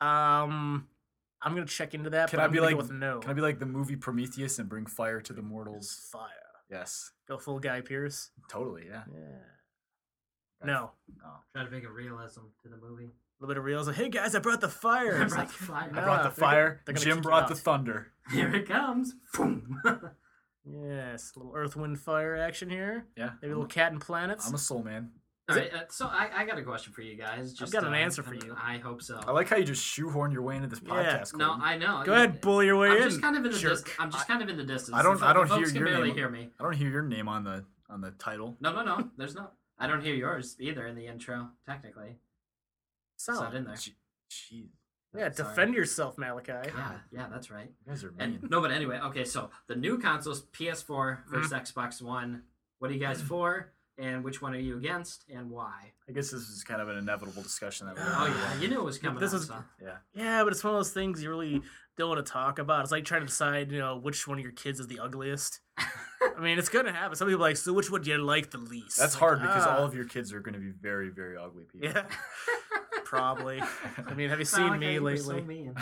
[SPEAKER 2] Um, I'm gonna check into that.
[SPEAKER 3] Can
[SPEAKER 2] but
[SPEAKER 3] I
[SPEAKER 2] I'm
[SPEAKER 3] be
[SPEAKER 2] gonna go
[SPEAKER 3] like-
[SPEAKER 2] with no?
[SPEAKER 3] Can I be like the movie Prometheus and bring fire to the mortals?
[SPEAKER 2] fire?
[SPEAKER 3] Yes,
[SPEAKER 2] Go full Guy Pierce.
[SPEAKER 3] totally. Yeah.
[SPEAKER 2] Yeah.
[SPEAKER 3] Guy-
[SPEAKER 2] No,
[SPEAKER 4] Try to make a realism to the movie.
[SPEAKER 2] a little bit of realism. Hey guys, I brought the fire.
[SPEAKER 4] I
[SPEAKER 2] It's
[SPEAKER 4] brought
[SPEAKER 2] like,
[SPEAKER 4] the fire.
[SPEAKER 3] I
[SPEAKER 2] no.
[SPEAKER 3] brought the
[SPEAKER 2] they're gonna-
[SPEAKER 3] fire.
[SPEAKER 2] they're gonna
[SPEAKER 3] Jim
[SPEAKER 2] kick you
[SPEAKER 3] brought the
[SPEAKER 2] out.
[SPEAKER 3] thunder.
[SPEAKER 4] Here it comes. Boom.
[SPEAKER 2] yes, a little Earth, Wind, Fire action here.
[SPEAKER 3] Yeah.
[SPEAKER 2] Maybe a
[SPEAKER 3] I'm,
[SPEAKER 2] little Cat and Planets.
[SPEAKER 3] I'm a soul man.
[SPEAKER 4] All right, uh, so I, I got a question for you guys. Just,
[SPEAKER 2] got an
[SPEAKER 4] uh,
[SPEAKER 2] answer for
[SPEAKER 4] and
[SPEAKER 2] you.
[SPEAKER 4] I hope so.
[SPEAKER 3] I like how you just shoehorn your way into this
[SPEAKER 2] Yeah.
[SPEAKER 3] podcast.
[SPEAKER 4] No,
[SPEAKER 3] Colton.
[SPEAKER 4] I know.
[SPEAKER 2] Go ahead, bully your way
[SPEAKER 4] I'm
[SPEAKER 2] in.
[SPEAKER 4] just kind of in the
[SPEAKER 2] jerk.
[SPEAKER 4] distance. I'm just kind of in the distance.
[SPEAKER 3] I don't-
[SPEAKER 4] The fo-
[SPEAKER 3] I don't
[SPEAKER 4] the folks
[SPEAKER 3] hear
[SPEAKER 4] can
[SPEAKER 3] your
[SPEAKER 4] barely
[SPEAKER 3] name.
[SPEAKER 4] hear me.
[SPEAKER 3] I don't hear your name on the on the title.
[SPEAKER 4] No, no, no. There's no. I don't hear yours either in the intro. Technically, it's not
[SPEAKER 2] Solid.
[SPEAKER 4] in there.
[SPEAKER 3] Gee- Jeez, you
[SPEAKER 2] Yeah,
[SPEAKER 4] Sorry.
[SPEAKER 2] defend yourself, Malachi.
[SPEAKER 4] Yeah, yeah, that's right.
[SPEAKER 3] guys are mean.
[SPEAKER 4] And no, but anyway, okay. So the new consoles, PS4 versus
[SPEAKER 3] Mm-hmm.
[SPEAKER 4] Xbox One. What are you guys for? And which one are you against? And why?
[SPEAKER 3] I guess this is kind of an inevitable discussion that we.
[SPEAKER 2] Oh,
[SPEAKER 4] Oh
[SPEAKER 3] already
[SPEAKER 4] yeah,
[SPEAKER 3] had.
[SPEAKER 4] you knew it was coming.
[SPEAKER 2] This
[SPEAKER 4] up,
[SPEAKER 2] is-
[SPEAKER 4] so.
[SPEAKER 3] yeah.
[SPEAKER 2] Yeah, but it's one of those things you really don't want to talk about. It's like trying to decide, you know, which one of your kids is the ugliest. I mean, it's gonna happen. Some people are like, so which one do you like the least?
[SPEAKER 3] That's
[SPEAKER 2] Like,
[SPEAKER 3] hard because
[SPEAKER 2] ah,
[SPEAKER 3] all of your kids are going to be very, very ugly people.
[SPEAKER 2] yeah, probably. I mean, have you seen me
[SPEAKER 4] Malachi, you were so
[SPEAKER 2] lately?
[SPEAKER 4] mean.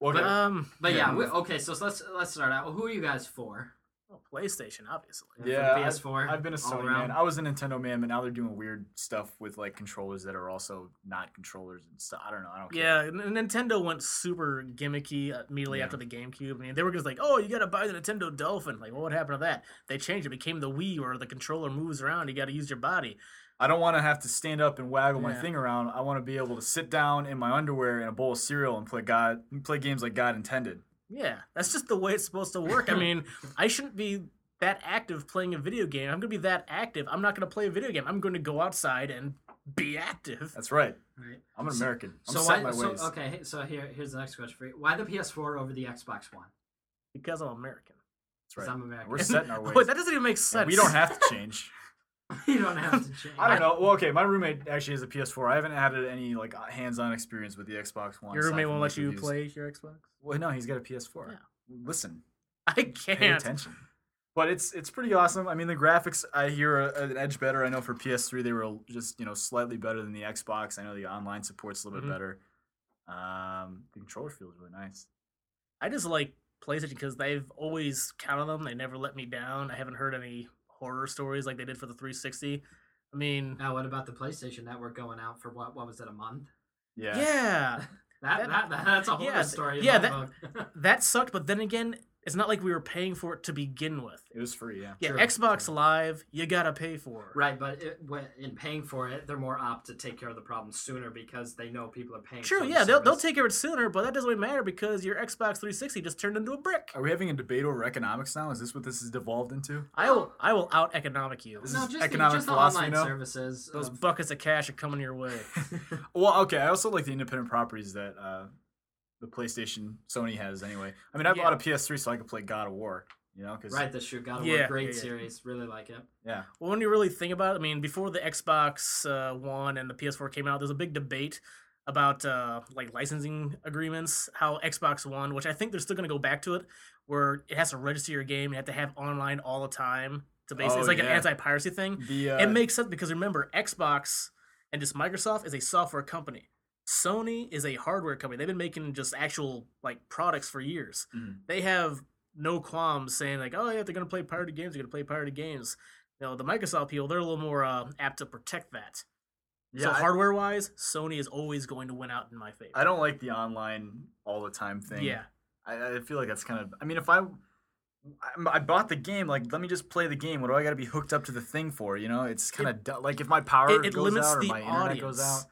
[SPEAKER 3] well,
[SPEAKER 4] But-
[SPEAKER 3] okay.
[SPEAKER 2] Um,
[SPEAKER 4] But yeah,
[SPEAKER 3] Yeah.
[SPEAKER 4] we, okay. So let's let's start out. Who are you guys for?
[SPEAKER 2] well, PlayStation, obviously.
[SPEAKER 4] For
[SPEAKER 3] Yeah, I've-
[SPEAKER 4] PS4.
[SPEAKER 3] I've been a
[SPEAKER 4] all
[SPEAKER 3] Sony
[SPEAKER 4] around?
[SPEAKER 3] man. I was a Nintendo man, but now they're doing weird stuff with like controllers that are also not controllers and stuff. I don't know. I don't care.
[SPEAKER 2] Yeah, N- Nintendo went super gimmicky uh, immediately
[SPEAKER 3] Yeah.
[SPEAKER 2] after the GameCube. I mean, they were just like, "Oh, you got to buy the Nintendo Dolphin." Like, well, what happened to that? They changed it. it became the Wii, where the controller moves around. You got to use your body.
[SPEAKER 3] I don't want to have to stand up and waggle my
[SPEAKER 2] Yeah.
[SPEAKER 3] thing around. I want to be able to sit down in my underwear and a bowl of cereal and play God, play games like God intended.
[SPEAKER 2] Yeah, that's just the way it's supposed to work. I mean, I shouldn't be that active playing a video game. I'm gonna be that active. I'm not gonna play a video game. I'm going to go outside and be active.
[SPEAKER 3] That's right.
[SPEAKER 4] Right.
[SPEAKER 3] I'm an
[SPEAKER 4] So-
[SPEAKER 3] American. I'm
[SPEAKER 4] So
[SPEAKER 3] set
[SPEAKER 4] why?
[SPEAKER 3] my
[SPEAKER 4] So,
[SPEAKER 3] ways.
[SPEAKER 4] okay. So here here's the next question for you. Why the PS4 over the Xbox One?
[SPEAKER 2] Because I'm American.
[SPEAKER 3] That's
[SPEAKER 4] Because
[SPEAKER 3] right.
[SPEAKER 4] I'm American.
[SPEAKER 3] We're set in our
[SPEAKER 2] Wait,
[SPEAKER 3] ways.
[SPEAKER 2] that doesn't even make sense.
[SPEAKER 3] And we don't have to change.
[SPEAKER 4] you don't have to change.
[SPEAKER 3] I don't know. Well, okay, my roommate actually has a PS4. I haven't had any like hands-on experience with the Xbox One.
[SPEAKER 2] Your
[SPEAKER 3] aside
[SPEAKER 2] roommate
[SPEAKER 3] from,
[SPEAKER 2] won't
[SPEAKER 3] like,
[SPEAKER 2] let you
[SPEAKER 3] reviews.
[SPEAKER 2] play your Xbox.
[SPEAKER 3] Well, no, he's got a PS4.
[SPEAKER 2] Yeah.
[SPEAKER 3] Listen,
[SPEAKER 2] I
[SPEAKER 3] pay
[SPEAKER 2] can't.
[SPEAKER 3] attention. But it's it's pretty awesome. I mean, the graphics I hear are an edge better. I know for PS3 they were just you know slightly better than the Xbox. I know the online support's a little
[SPEAKER 2] Mhm.
[SPEAKER 3] bit better. Um, the controller feels really nice.
[SPEAKER 2] I just like PlayStation because they've always counted them. They never let me down. I haven't heard any horror stories like they did for the 360. I mean,
[SPEAKER 4] Now, Uh, what about the PlayStation Network going out for what? What was it? A month?
[SPEAKER 3] Yeah.
[SPEAKER 2] yeah.
[SPEAKER 4] That,
[SPEAKER 2] That-
[SPEAKER 4] that, that's a whole
[SPEAKER 2] yeah,
[SPEAKER 4] other
[SPEAKER 2] th-
[SPEAKER 4] story. in
[SPEAKER 2] yeah,
[SPEAKER 4] my
[SPEAKER 2] that-
[SPEAKER 4] book.
[SPEAKER 2] that sucked. But then again, it's not like we were paying for it to begin with.
[SPEAKER 3] It was free. Yeah.
[SPEAKER 2] Yeah,
[SPEAKER 4] True,
[SPEAKER 2] Xbox
[SPEAKER 4] true.
[SPEAKER 2] Live, you gotta pay for it.
[SPEAKER 4] right, but it, when- in paying for it, they're more apt to take care of the problem sooner because they know people are paying. for
[SPEAKER 2] True,
[SPEAKER 4] the
[SPEAKER 2] yeah, they'll, they'll
[SPEAKER 4] service.
[SPEAKER 2] take care of it sooner, but that doesn't really matter because your Xbox 360 just turned into a brick.
[SPEAKER 4] Oh,
[SPEAKER 3] Are we having a debate over economics now? Is this what this has devolved into?
[SPEAKER 2] I will I will out economic you.
[SPEAKER 3] This
[SPEAKER 4] no,
[SPEAKER 3] is
[SPEAKER 4] just
[SPEAKER 3] economic
[SPEAKER 4] the, just the
[SPEAKER 3] philosophy
[SPEAKER 4] online
[SPEAKER 3] now.
[SPEAKER 4] services. um,
[SPEAKER 2] Those
[SPEAKER 4] of-
[SPEAKER 2] buckets of cash are coming your way.
[SPEAKER 3] Well, okay. I also like the independent properties that uh, the PlayStation Sony has. Anyway, I mean, I
[SPEAKER 2] Yeah.
[SPEAKER 3] bought a PS3 so I could play God of War. You know, because
[SPEAKER 4] right, the shoot got a
[SPEAKER 2] Yeah,
[SPEAKER 4] great
[SPEAKER 2] yeah, yeah.
[SPEAKER 4] series. Really like it.
[SPEAKER 3] yeah,
[SPEAKER 2] Well, when you really think about it, I mean, before the Xbox uh, One and the PS4 came out, there's a big debate about uh, like licensing agreements. How Xbox One, which I think they're still going to go back to it, where it has to register your game, you have to have online all the time. To basically,
[SPEAKER 3] Oh,
[SPEAKER 2] it's like an
[SPEAKER 3] yeah.
[SPEAKER 2] anti-piracy thing.
[SPEAKER 3] the uh,
[SPEAKER 2] it makes sense because remember, Xbox and just Microsoft is a software company. Sony is a hardware company. They've been making just actual like products for years.
[SPEAKER 3] Mhm.
[SPEAKER 2] They have no qualms saying like, oh yeah, if they're gonna play pirated games. They're gonna play pirated games. You know, the Microsoft people they're a little more uh, apt to protect that. so
[SPEAKER 3] yeah, I-
[SPEAKER 2] hardware wise, Sony is always going to win out in my favor.
[SPEAKER 3] I don't like the online all the time thing.
[SPEAKER 2] Yeah,
[SPEAKER 3] I, I feel like that's kind of. I mean, if I, I'm- I bought the game, like let me just play the game. What do I got to be hooked up to the thing for? You know, it's kind of du- like if my power
[SPEAKER 2] it, it
[SPEAKER 3] goes
[SPEAKER 2] limits
[SPEAKER 3] out or
[SPEAKER 2] the
[SPEAKER 3] my internet
[SPEAKER 2] audience.
[SPEAKER 3] goes out.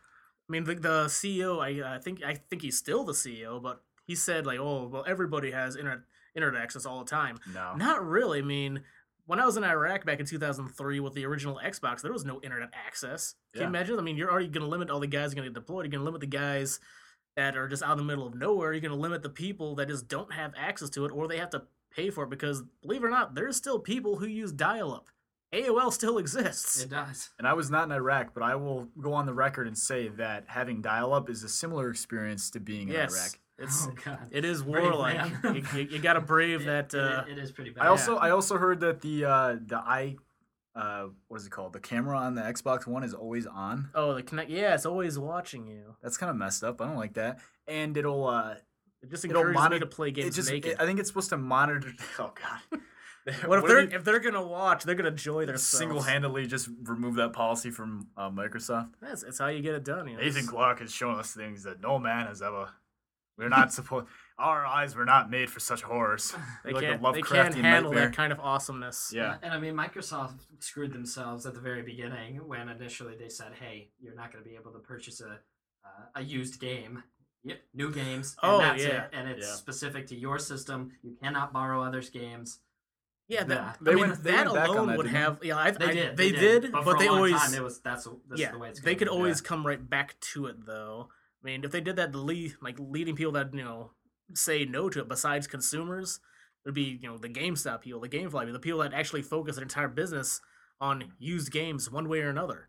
[SPEAKER 2] I mean, the, the CEO, I, I think I think he's still the CEO, but he said like, oh well, everybody has internet internet access all the time.
[SPEAKER 3] No.
[SPEAKER 2] Not really. I mean, when I was in Iraq back in 2003 with the original Xbox, there was no internet access. Can
[SPEAKER 3] Yeah.
[SPEAKER 2] you imagine? I mean, you're already going to limit all the guys going to get deployed. You're going to limit the guys that are just out in the middle of nowhere. You're going to limit the people that just don't have access to it or they have to pay for it because, believe it or not, there's still people who use dial up AOL still exists.
[SPEAKER 4] It does.
[SPEAKER 3] And I was not in Iraq, but I will go on the record and say that having dial up is a similar experience to being in
[SPEAKER 2] yes,
[SPEAKER 3] Iraq.
[SPEAKER 2] it's
[SPEAKER 4] oh god.
[SPEAKER 2] it is
[SPEAKER 4] Brave
[SPEAKER 2] warlike.
[SPEAKER 4] man.
[SPEAKER 2] you, you, you gotta brave
[SPEAKER 4] It-
[SPEAKER 2] that.
[SPEAKER 4] it-
[SPEAKER 2] Uh,
[SPEAKER 4] it is pretty bad.
[SPEAKER 3] I also I also heard that the uh the i uh what is it called? The camera on the Xbox One is always on.
[SPEAKER 2] oh, the connect. Yeah, it's always watching you.
[SPEAKER 3] That's kind of messed up. I don't like that. And it'll uh
[SPEAKER 2] It just
[SPEAKER 3] It'll
[SPEAKER 2] encourages me
[SPEAKER 3] monitor-
[SPEAKER 2] to play
[SPEAKER 3] it
[SPEAKER 2] games
[SPEAKER 3] just
[SPEAKER 2] naked.
[SPEAKER 3] I think it's supposed to monitor oh god.
[SPEAKER 2] what if
[SPEAKER 3] do
[SPEAKER 2] they're
[SPEAKER 3] you-
[SPEAKER 2] if they're gonna watch? They're gonna enjoy their
[SPEAKER 3] single-handedly just remove that policy from uh, Microsoft?
[SPEAKER 2] That's, that's how you get it done. You know?
[SPEAKER 3] Nathan Clark has shown us things that no man has ever. We're not supposed. Our eyes were not made for such horrors.
[SPEAKER 2] They
[SPEAKER 3] Like a
[SPEAKER 2] can't, they can't
[SPEAKER 3] Lovecraftian
[SPEAKER 2] handle
[SPEAKER 3] nightmare.
[SPEAKER 2] that kind of awesomeness.
[SPEAKER 3] Yeah.
[SPEAKER 4] And I mean, Microsoft screwed themselves at the very beginning when initially they said, "Hey, you're not going to be able to purchase a uh, a used game, Yep, new games, and
[SPEAKER 2] Oh,
[SPEAKER 4] that's
[SPEAKER 2] yeah,
[SPEAKER 4] it, and it's
[SPEAKER 3] yeah.
[SPEAKER 4] specific to your system. You cannot borrow others' games."
[SPEAKER 2] Yeah, that,
[SPEAKER 4] Yeah.
[SPEAKER 3] They
[SPEAKER 2] I mean,
[SPEAKER 3] went- they
[SPEAKER 2] that
[SPEAKER 3] went back on
[SPEAKER 2] alone
[SPEAKER 3] that,
[SPEAKER 2] would
[SPEAKER 3] didn't they?
[SPEAKER 2] have. Yeah, I,
[SPEAKER 4] They
[SPEAKER 2] I-
[SPEAKER 4] did,
[SPEAKER 2] They, did, but,
[SPEAKER 4] but, for
[SPEAKER 2] they
[SPEAKER 4] a long
[SPEAKER 2] always.
[SPEAKER 4] time, it was that's this
[SPEAKER 2] yeah,
[SPEAKER 4] is the way it's going.
[SPEAKER 2] they could always come right back to it though. I mean, if they did that, the lead, like leading people that you know say no to it, besides consumers, would be you know the GameStop people, the GameFly people, the people that actually focus their entire business on used games one way or another.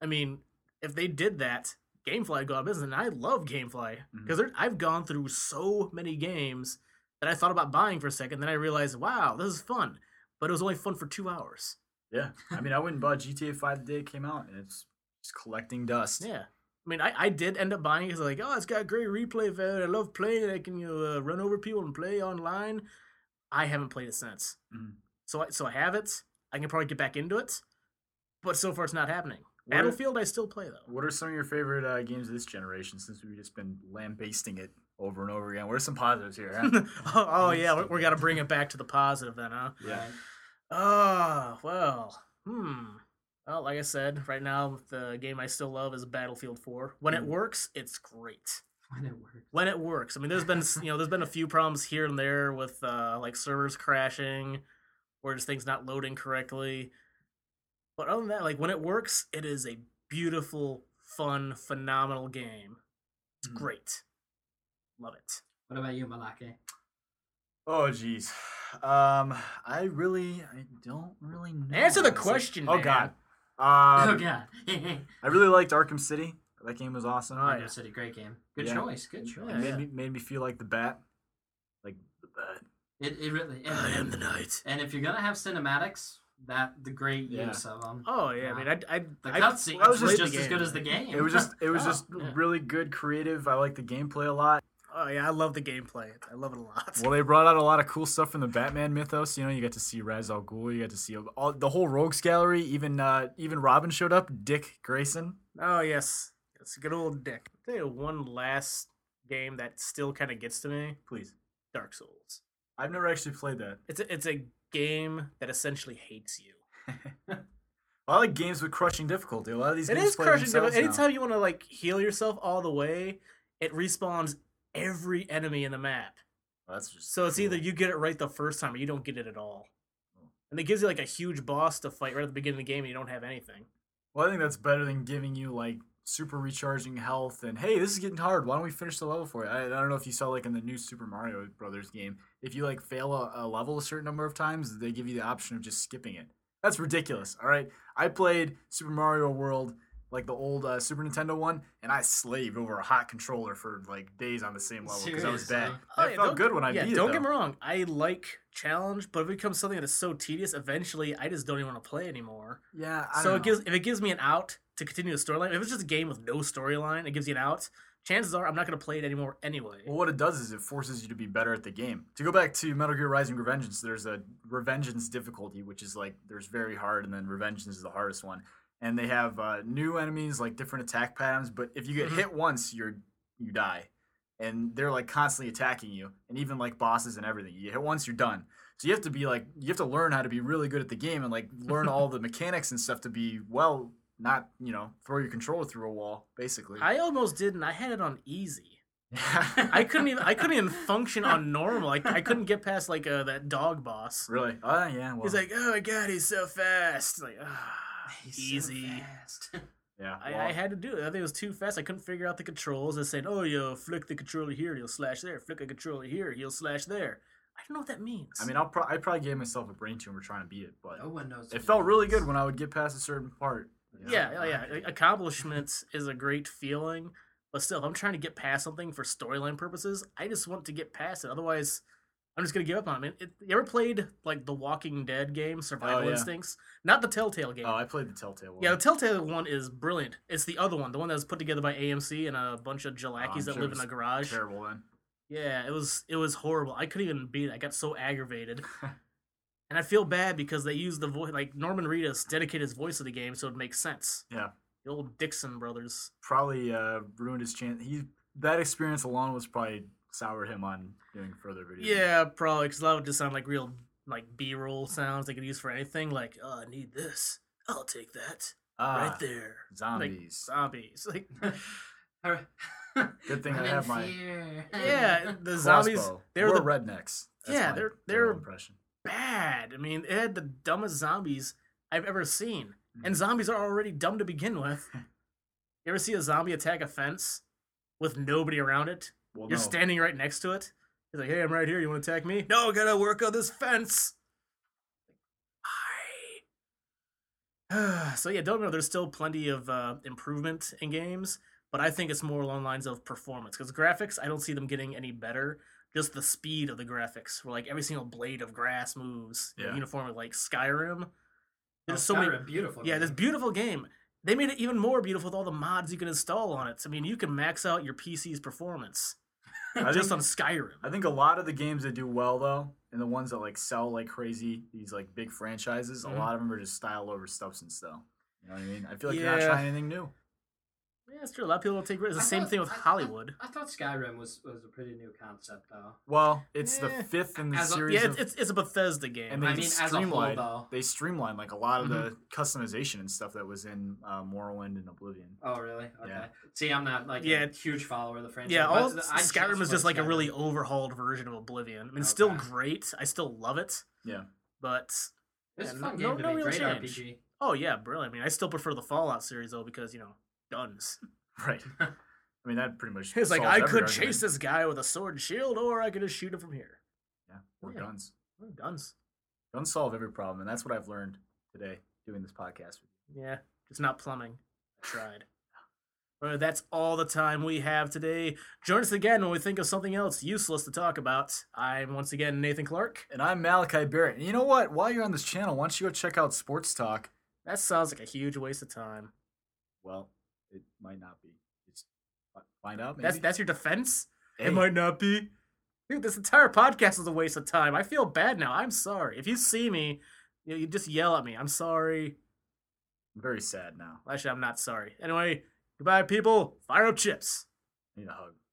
[SPEAKER 2] I mean, if they did that, GameFly would go out of business, and I love GameFly
[SPEAKER 4] Mm-hmm.
[SPEAKER 3] Mhm.
[SPEAKER 2] because I've gone through so many games that I thought about buying for a second, then I realized, wow, this is fun, but it was only fun for two hours.
[SPEAKER 3] Yeah, I mean, I went and bought GTA Five the day it came out, and it's just collecting dust.
[SPEAKER 2] Yeah. I mean, I, I did end up buying it 'cause like, oh, it's got great replay value. I love playing. I can you know, uh, run over people and play online. I haven't played it since.
[SPEAKER 3] Mhm.
[SPEAKER 2] So, I, so I have it. I can probably get back into it. But so far, it's not happening.
[SPEAKER 3] What if-
[SPEAKER 2] Battlefield, I still play, though.
[SPEAKER 3] What are some of your favorite uh, games of this generation? Since we've just been lambasting it over and over again, what are some positives here? Huh?
[SPEAKER 2] oh, oh, yeah. We're, we're going to bring it back to the positive then, huh?
[SPEAKER 3] Yeah.
[SPEAKER 4] Right.
[SPEAKER 2] Oh, well, hmm. Well, like I said, right now, the game I still love is Battlefield 4. When it
[SPEAKER 3] Mm.
[SPEAKER 2] works, it's great.
[SPEAKER 4] when it worked.
[SPEAKER 2] when it works. I mean, there's been s- you know there's been a few problems here and there with uh, like servers crashing or just things not loading correctly. But other than that, like when it works, it is a beautiful, fun, phenomenal game. It's
[SPEAKER 3] Mhm.
[SPEAKER 4] Mm-hmm.
[SPEAKER 2] great. Love it.
[SPEAKER 4] What about you, Malaki?
[SPEAKER 3] Oh, jeez. Um, I really, I don't really know.
[SPEAKER 2] Answer the
[SPEAKER 3] honestly.
[SPEAKER 2] question,
[SPEAKER 3] Oh
[SPEAKER 2] man.
[SPEAKER 3] God.
[SPEAKER 4] oh
[SPEAKER 3] Um,
[SPEAKER 4] god,
[SPEAKER 3] I really liked Arkham City. That game was awesome.
[SPEAKER 2] Oh,
[SPEAKER 4] Arkham
[SPEAKER 2] yeah.
[SPEAKER 4] City, great game. Good
[SPEAKER 3] Yeah.
[SPEAKER 4] choice. Good choice.
[SPEAKER 3] It made,
[SPEAKER 2] yeah.
[SPEAKER 3] me, made me feel like the bat, like the bat.
[SPEAKER 4] It, it really. It,
[SPEAKER 2] knight.
[SPEAKER 4] And if you're gonna have cinematics, that the great
[SPEAKER 3] Yeah.
[SPEAKER 4] use of them.
[SPEAKER 2] Oh yeah, I mean, I, I,
[SPEAKER 4] The
[SPEAKER 2] I
[SPEAKER 4] cutscenes
[SPEAKER 3] I
[SPEAKER 4] was
[SPEAKER 3] was
[SPEAKER 4] just,
[SPEAKER 3] just-
[SPEAKER 4] as good as the game.
[SPEAKER 3] It was just, it was
[SPEAKER 2] Oh,
[SPEAKER 3] just
[SPEAKER 4] yeah.
[SPEAKER 3] really good, creative. I liked the gameplay a lot.
[SPEAKER 2] oh yeah, I love the gameplay. I love it a lot.
[SPEAKER 3] Well, they brought out a lot of cool stuff from the Batman mythos. You know, you got to see Ra's al Ghul, you got to see all, the whole Rogues Gallery. Even uh, even Robin showed up. Dick Grayson.
[SPEAKER 2] Oh yes, it's a good old dick. I'll tell you one last game that still kind of gets to me:
[SPEAKER 3] Please,
[SPEAKER 2] Dark Souls.
[SPEAKER 3] I've never actually played that.
[SPEAKER 2] It's a, it's a game that essentially hates you.
[SPEAKER 3] I like games with crushing difficulty. A lot of these
[SPEAKER 2] It
[SPEAKER 3] games
[SPEAKER 2] is
[SPEAKER 3] play
[SPEAKER 2] crushing.
[SPEAKER 3] themselves
[SPEAKER 2] But
[SPEAKER 3] now.
[SPEAKER 2] anytime you want to like heal yourself all the way, it respawns every enemy in the map.
[SPEAKER 3] Well, that's just
[SPEAKER 2] So it's either
[SPEAKER 3] cool.
[SPEAKER 2] you get it right the first time or you don't get it at all. And it gives you like a huge boss to fight right at the beginning of the game and you don't have anything.
[SPEAKER 3] Well, I think that's better than giving you like super recharging health and hey, this is getting hard. Why don't we finish the level for you? I, I don't know if you saw like in the new Super Mario Brothers game, if you like fail a, a level a certain number of times, they give you the option of just skipping it. That's ridiculous. All right, I played Super Mario World. Like the old uh, Super Nintendo one, and I slaved over a hot controller for like days on the same level because I was bad.
[SPEAKER 4] Seriously?
[SPEAKER 2] Oh,
[SPEAKER 3] I
[SPEAKER 2] yeah,
[SPEAKER 3] felt
[SPEAKER 2] don't-
[SPEAKER 3] good when I
[SPEAKER 2] yeah,
[SPEAKER 3] beat it.
[SPEAKER 2] don't get
[SPEAKER 3] though.
[SPEAKER 2] me wrong. I like challenge, but if it becomes something that is so tedious, eventually I just don't even want to play anymore.
[SPEAKER 3] Yeah, I
[SPEAKER 2] so
[SPEAKER 3] don't
[SPEAKER 2] it
[SPEAKER 3] know.
[SPEAKER 2] gives if it gives me an out to continue the storyline. If it's just a game with no storyline, it gives you an out. Chances are I'm not going to play it anymore anyway.
[SPEAKER 3] Well, what it does is it forces you to be better at the game. To go back to Metal Gear Rising Revengeance, there's a Revengeance difficulty, which is like there's very hard, and then Revengeance is the hardest one. And they have uh, new enemies, like different attack patterns. But if you get
[SPEAKER 2] Mhm.
[SPEAKER 3] hit once, you're you die, and they're like constantly attacking you, and even like bosses and everything. You get hit once, you're done. So you have to be like you have to learn how to be really good at the game and like learn all the mechanics and stuff to be well, not you know throw your controller through a wall basically.
[SPEAKER 2] I almost didn't. I had it on easy. I couldn't even. I couldn't even function on normal. Like I couldn't get past like uh, that dog boss.
[SPEAKER 3] really? Oh yeah. Well,
[SPEAKER 2] He's like, oh my god, he's so fast. Like, ah, easy.
[SPEAKER 3] yeah.
[SPEAKER 2] I,
[SPEAKER 3] well.
[SPEAKER 2] I had to do it. I think it was too fast. I couldn't figure out the controls. I said, oh, yo, flick the controller here, he'll slash there. Flick the controller here, he'll slash there. I don't know what that means.
[SPEAKER 3] I mean, I'll pro- I probably gave myself a brain tumor trying to beat it, but
[SPEAKER 2] Oh,
[SPEAKER 4] No one knows.
[SPEAKER 3] it
[SPEAKER 4] the
[SPEAKER 3] felt really
[SPEAKER 4] rules.
[SPEAKER 3] good when I would get past a certain part. you know?
[SPEAKER 2] yeah, yeah, yeah. a- Accomplishments is a great feeling, but still, if I'm trying to get past something for storyline purposes, I just want to get past it. Otherwise, I'm just gonna give up on it. it you ever played like the Walking Dead game, Survival
[SPEAKER 3] Oh, yeah.
[SPEAKER 2] Instincts? Not the Telltale game.
[SPEAKER 3] Oh, I played the Telltale one.
[SPEAKER 2] yeah, the Telltale one is brilliant. It's the other one, the one that was put together by AMC and a bunch of
[SPEAKER 3] Oh, I'm
[SPEAKER 2] jalackies that
[SPEAKER 3] sure
[SPEAKER 2] live
[SPEAKER 3] it
[SPEAKER 2] in a
[SPEAKER 3] was
[SPEAKER 2] garage.
[SPEAKER 3] terrible then.
[SPEAKER 2] Yeah, it was it was horrible. I couldn't even beat it. I got so aggravated. and I feel bad because they used the voice like Norman Reedus dedicated his voice to the game, so it makes sense.
[SPEAKER 3] Yeah.
[SPEAKER 2] The old Dixon brothers.
[SPEAKER 3] Probably uh, ruined his chance. He that experience alone was probably soured him on doing further videos.
[SPEAKER 2] Yeah, probably because that would just sound like real like B roll sounds they could use for anything. Like, oh, I need this. I'll take that
[SPEAKER 3] Ah,
[SPEAKER 2] right there.
[SPEAKER 3] Zombies.
[SPEAKER 2] Zombies. Like,
[SPEAKER 3] Good thing I
[SPEAKER 4] Run in
[SPEAKER 3] have my
[SPEAKER 4] fear.
[SPEAKER 2] yeah, the zombies.
[SPEAKER 3] Crossbow.
[SPEAKER 2] They were
[SPEAKER 3] We're
[SPEAKER 2] the
[SPEAKER 3] rednecks. That's
[SPEAKER 2] Yeah,
[SPEAKER 3] my
[SPEAKER 2] they're-
[SPEAKER 3] general
[SPEAKER 2] they're-
[SPEAKER 3] impression.
[SPEAKER 2] bad. I mean, it had the dumbest zombies I've ever seen. And zombies are already dumb to begin with. you ever see a zombie attack a fence with nobody around it?
[SPEAKER 3] Well,
[SPEAKER 2] You're
[SPEAKER 3] Oh, no.
[SPEAKER 2] standing right next to it. He's like, hey, I'm right here. You want to attack me? No, I gotta work on this fence. Bye. so yeah, don't know. There's still plenty of uh, improvement in games, but I think it's more along the lines of performance because graphics. I don't see them getting any better. Just the speed of the graphics, where like every single blade of grass moves
[SPEAKER 3] Yeah. Oh,
[SPEAKER 2] uniformly, like Skyrim. There's so
[SPEAKER 4] Oh, Skyrim,
[SPEAKER 2] many
[SPEAKER 4] beautiful.
[SPEAKER 2] yeah,
[SPEAKER 4] game.
[SPEAKER 2] this beautiful game. They made it even more beautiful with all the mods you can install on it. I mean, you can max out your PC's performance
[SPEAKER 3] I
[SPEAKER 2] just on
[SPEAKER 3] think-
[SPEAKER 2] Skyrim.
[SPEAKER 3] I think a lot of the games that do well though, and the ones that like sell like crazy, these like big franchises,
[SPEAKER 2] Mhm.
[SPEAKER 3] a lot of them are just style over substance though. You know what I mean? I feel like you're not
[SPEAKER 2] Yeah.
[SPEAKER 3] trying anything new.
[SPEAKER 2] Yeah, it's true. A lot of people don't take risks.
[SPEAKER 4] I
[SPEAKER 2] It's the same
[SPEAKER 4] thought-
[SPEAKER 2] thing with
[SPEAKER 4] I- I-
[SPEAKER 2] Hollywood.
[SPEAKER 4] I thought Skyrim was was a pretty new concept though.
[SPEAKER 3] Well, it's
[SPEAKER 2] Eh.
[SPEAKER 3] the fifth in the
[SPEAKER 4] As a-
[SPEAKER 3] series.
[SPEAKER 2] Yeah,
[SPEAKER 3] of-
[SPEAKER 2] it's, it's, it's a Bethesda game.
[SPEAKER 3] and
[SPEAKER 4] I
[SPEAKER 3] they
[SPEAKER 4] mean, as a whole,
[SPEAKER 3] streamlined.
[SPEAKER 4] though.
[SPEAKER 3] They streamlined like a lot of
[SPEAKER 2] Mm-hmm.
[SPEAKER 3] the customization and stuff that was in uh, Morrowind and Oblivion.
[SPEAKER 4] Oh really? Okay.
[SPEAKER 3] Yeah.
[SPEAKER 4] See, I'm not like
[SPEAKER 2] Yeah.
[SPEAKER 4] a huge follower of the franchise.
[SPEAKER 2] yeah,
[SPEAKER 4] but
[SPEAKER 2] all
[SPEAKER 4] th- I
[SPEAKER 2] Skyrim is
[SPEAKER 4] love
[SPEAKER 2] just like a
[SPEAKER 4] Skyrim.
[SPEAKER 2] really overhauled version of Oblivion. I mean, it's still
[SPEAKER 4] Okay.
[SPEAKER 2] great. I still love it.
[SPEAKER 3] Yeah.
[SPEAKER 2] But
[SPEAKER 4] It's
[SPEAKER 2] yeah,
[SPEAKER 4] a
[SPEAKER 2] no-
[SPEAKER 4] fun
[SPEAKER 2] no- no
[SPEAKER 4] game to be.
[SPEAKER 2] real
[SPEAKER 4] Great
[SPEAKER 2] change.
[SPEAKER 4] RPG.
[SPEAKER 2] oh yeah, brilliant. I mean, I still prefer the Fallout series though because you know guns.
[SPEAKER 3] Right. I mean, that pretty much.
[SPEAKER 2] It's like
[SPEAKER 3] solves
[SPEAKER 2] I
[SPEAKER 3] every
[SPEAKER 2] could
[SPEAKER 3] argument.
[SPEAKER 2] chase this guy with a sword and shield, or I could just shoot him from here.
[SPEAKER 3] Yeah. Or
[SPEAKER 2] Yeah.
[SPEAKER 3] guns.
[SPEAKER 2] Oh, Guns.
[SPEAKER 3] Guns solve every problem, and that's what I've learned today doing this podcast.
[SPEAKER 2] Yeah, it's not plumbing. I tried. But that's all the time we have today. Join us again when we think of something else useless to talk about. I'm once again Nathan Clark.
[SPEAKER 3] And I'm Malachi Barrett. And you know what? While you're on this channel, why don't you go check out Sports Talk?
[SPEAKER 2] That sounds like a huge waste of time.
[SPEAKER 3] Well, it might not be. It's find out. Maybe.
[SPEAKER 2] That's that's your defense?
[SPEAKER 3] Hey,
[SPEAKER 2] It might not be. Dude, this entire podcast is a waste of time. I feel bad now. I'm sorry. If you see me, you, you just yell at me. I'm sorry.
[SPEAKER 3] I'm very sad now.
[SPEAKER 2] Actually, I'm not sorry. Anyway, goodbye, people. Fire up chips.
[SPEAKER 3] I need a hug.